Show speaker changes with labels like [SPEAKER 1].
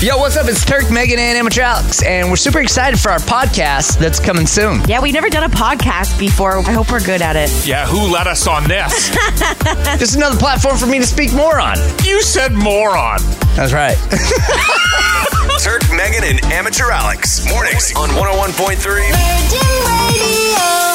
[SPEAKER 1] Yo, what's up? It's Turk, Megan, and Animatronics, and we're super excited for our podcast that's coming soon.
[SPEAKER 2] Yeah, we've never done a podcast before. I hope we're good at it.
[SPEAKER 3] Yeah, who let us on this?
[SPEAKER 1] Just another platform for me to speak more on.
[SPEAKER 3] you said moron.
[SPEAKER 1] That's right.
[SPEAKER 4] Turk, Megan, and Amateur Alex. Mornings on 101.3.
[SPEAKER 5] Virgin Radio.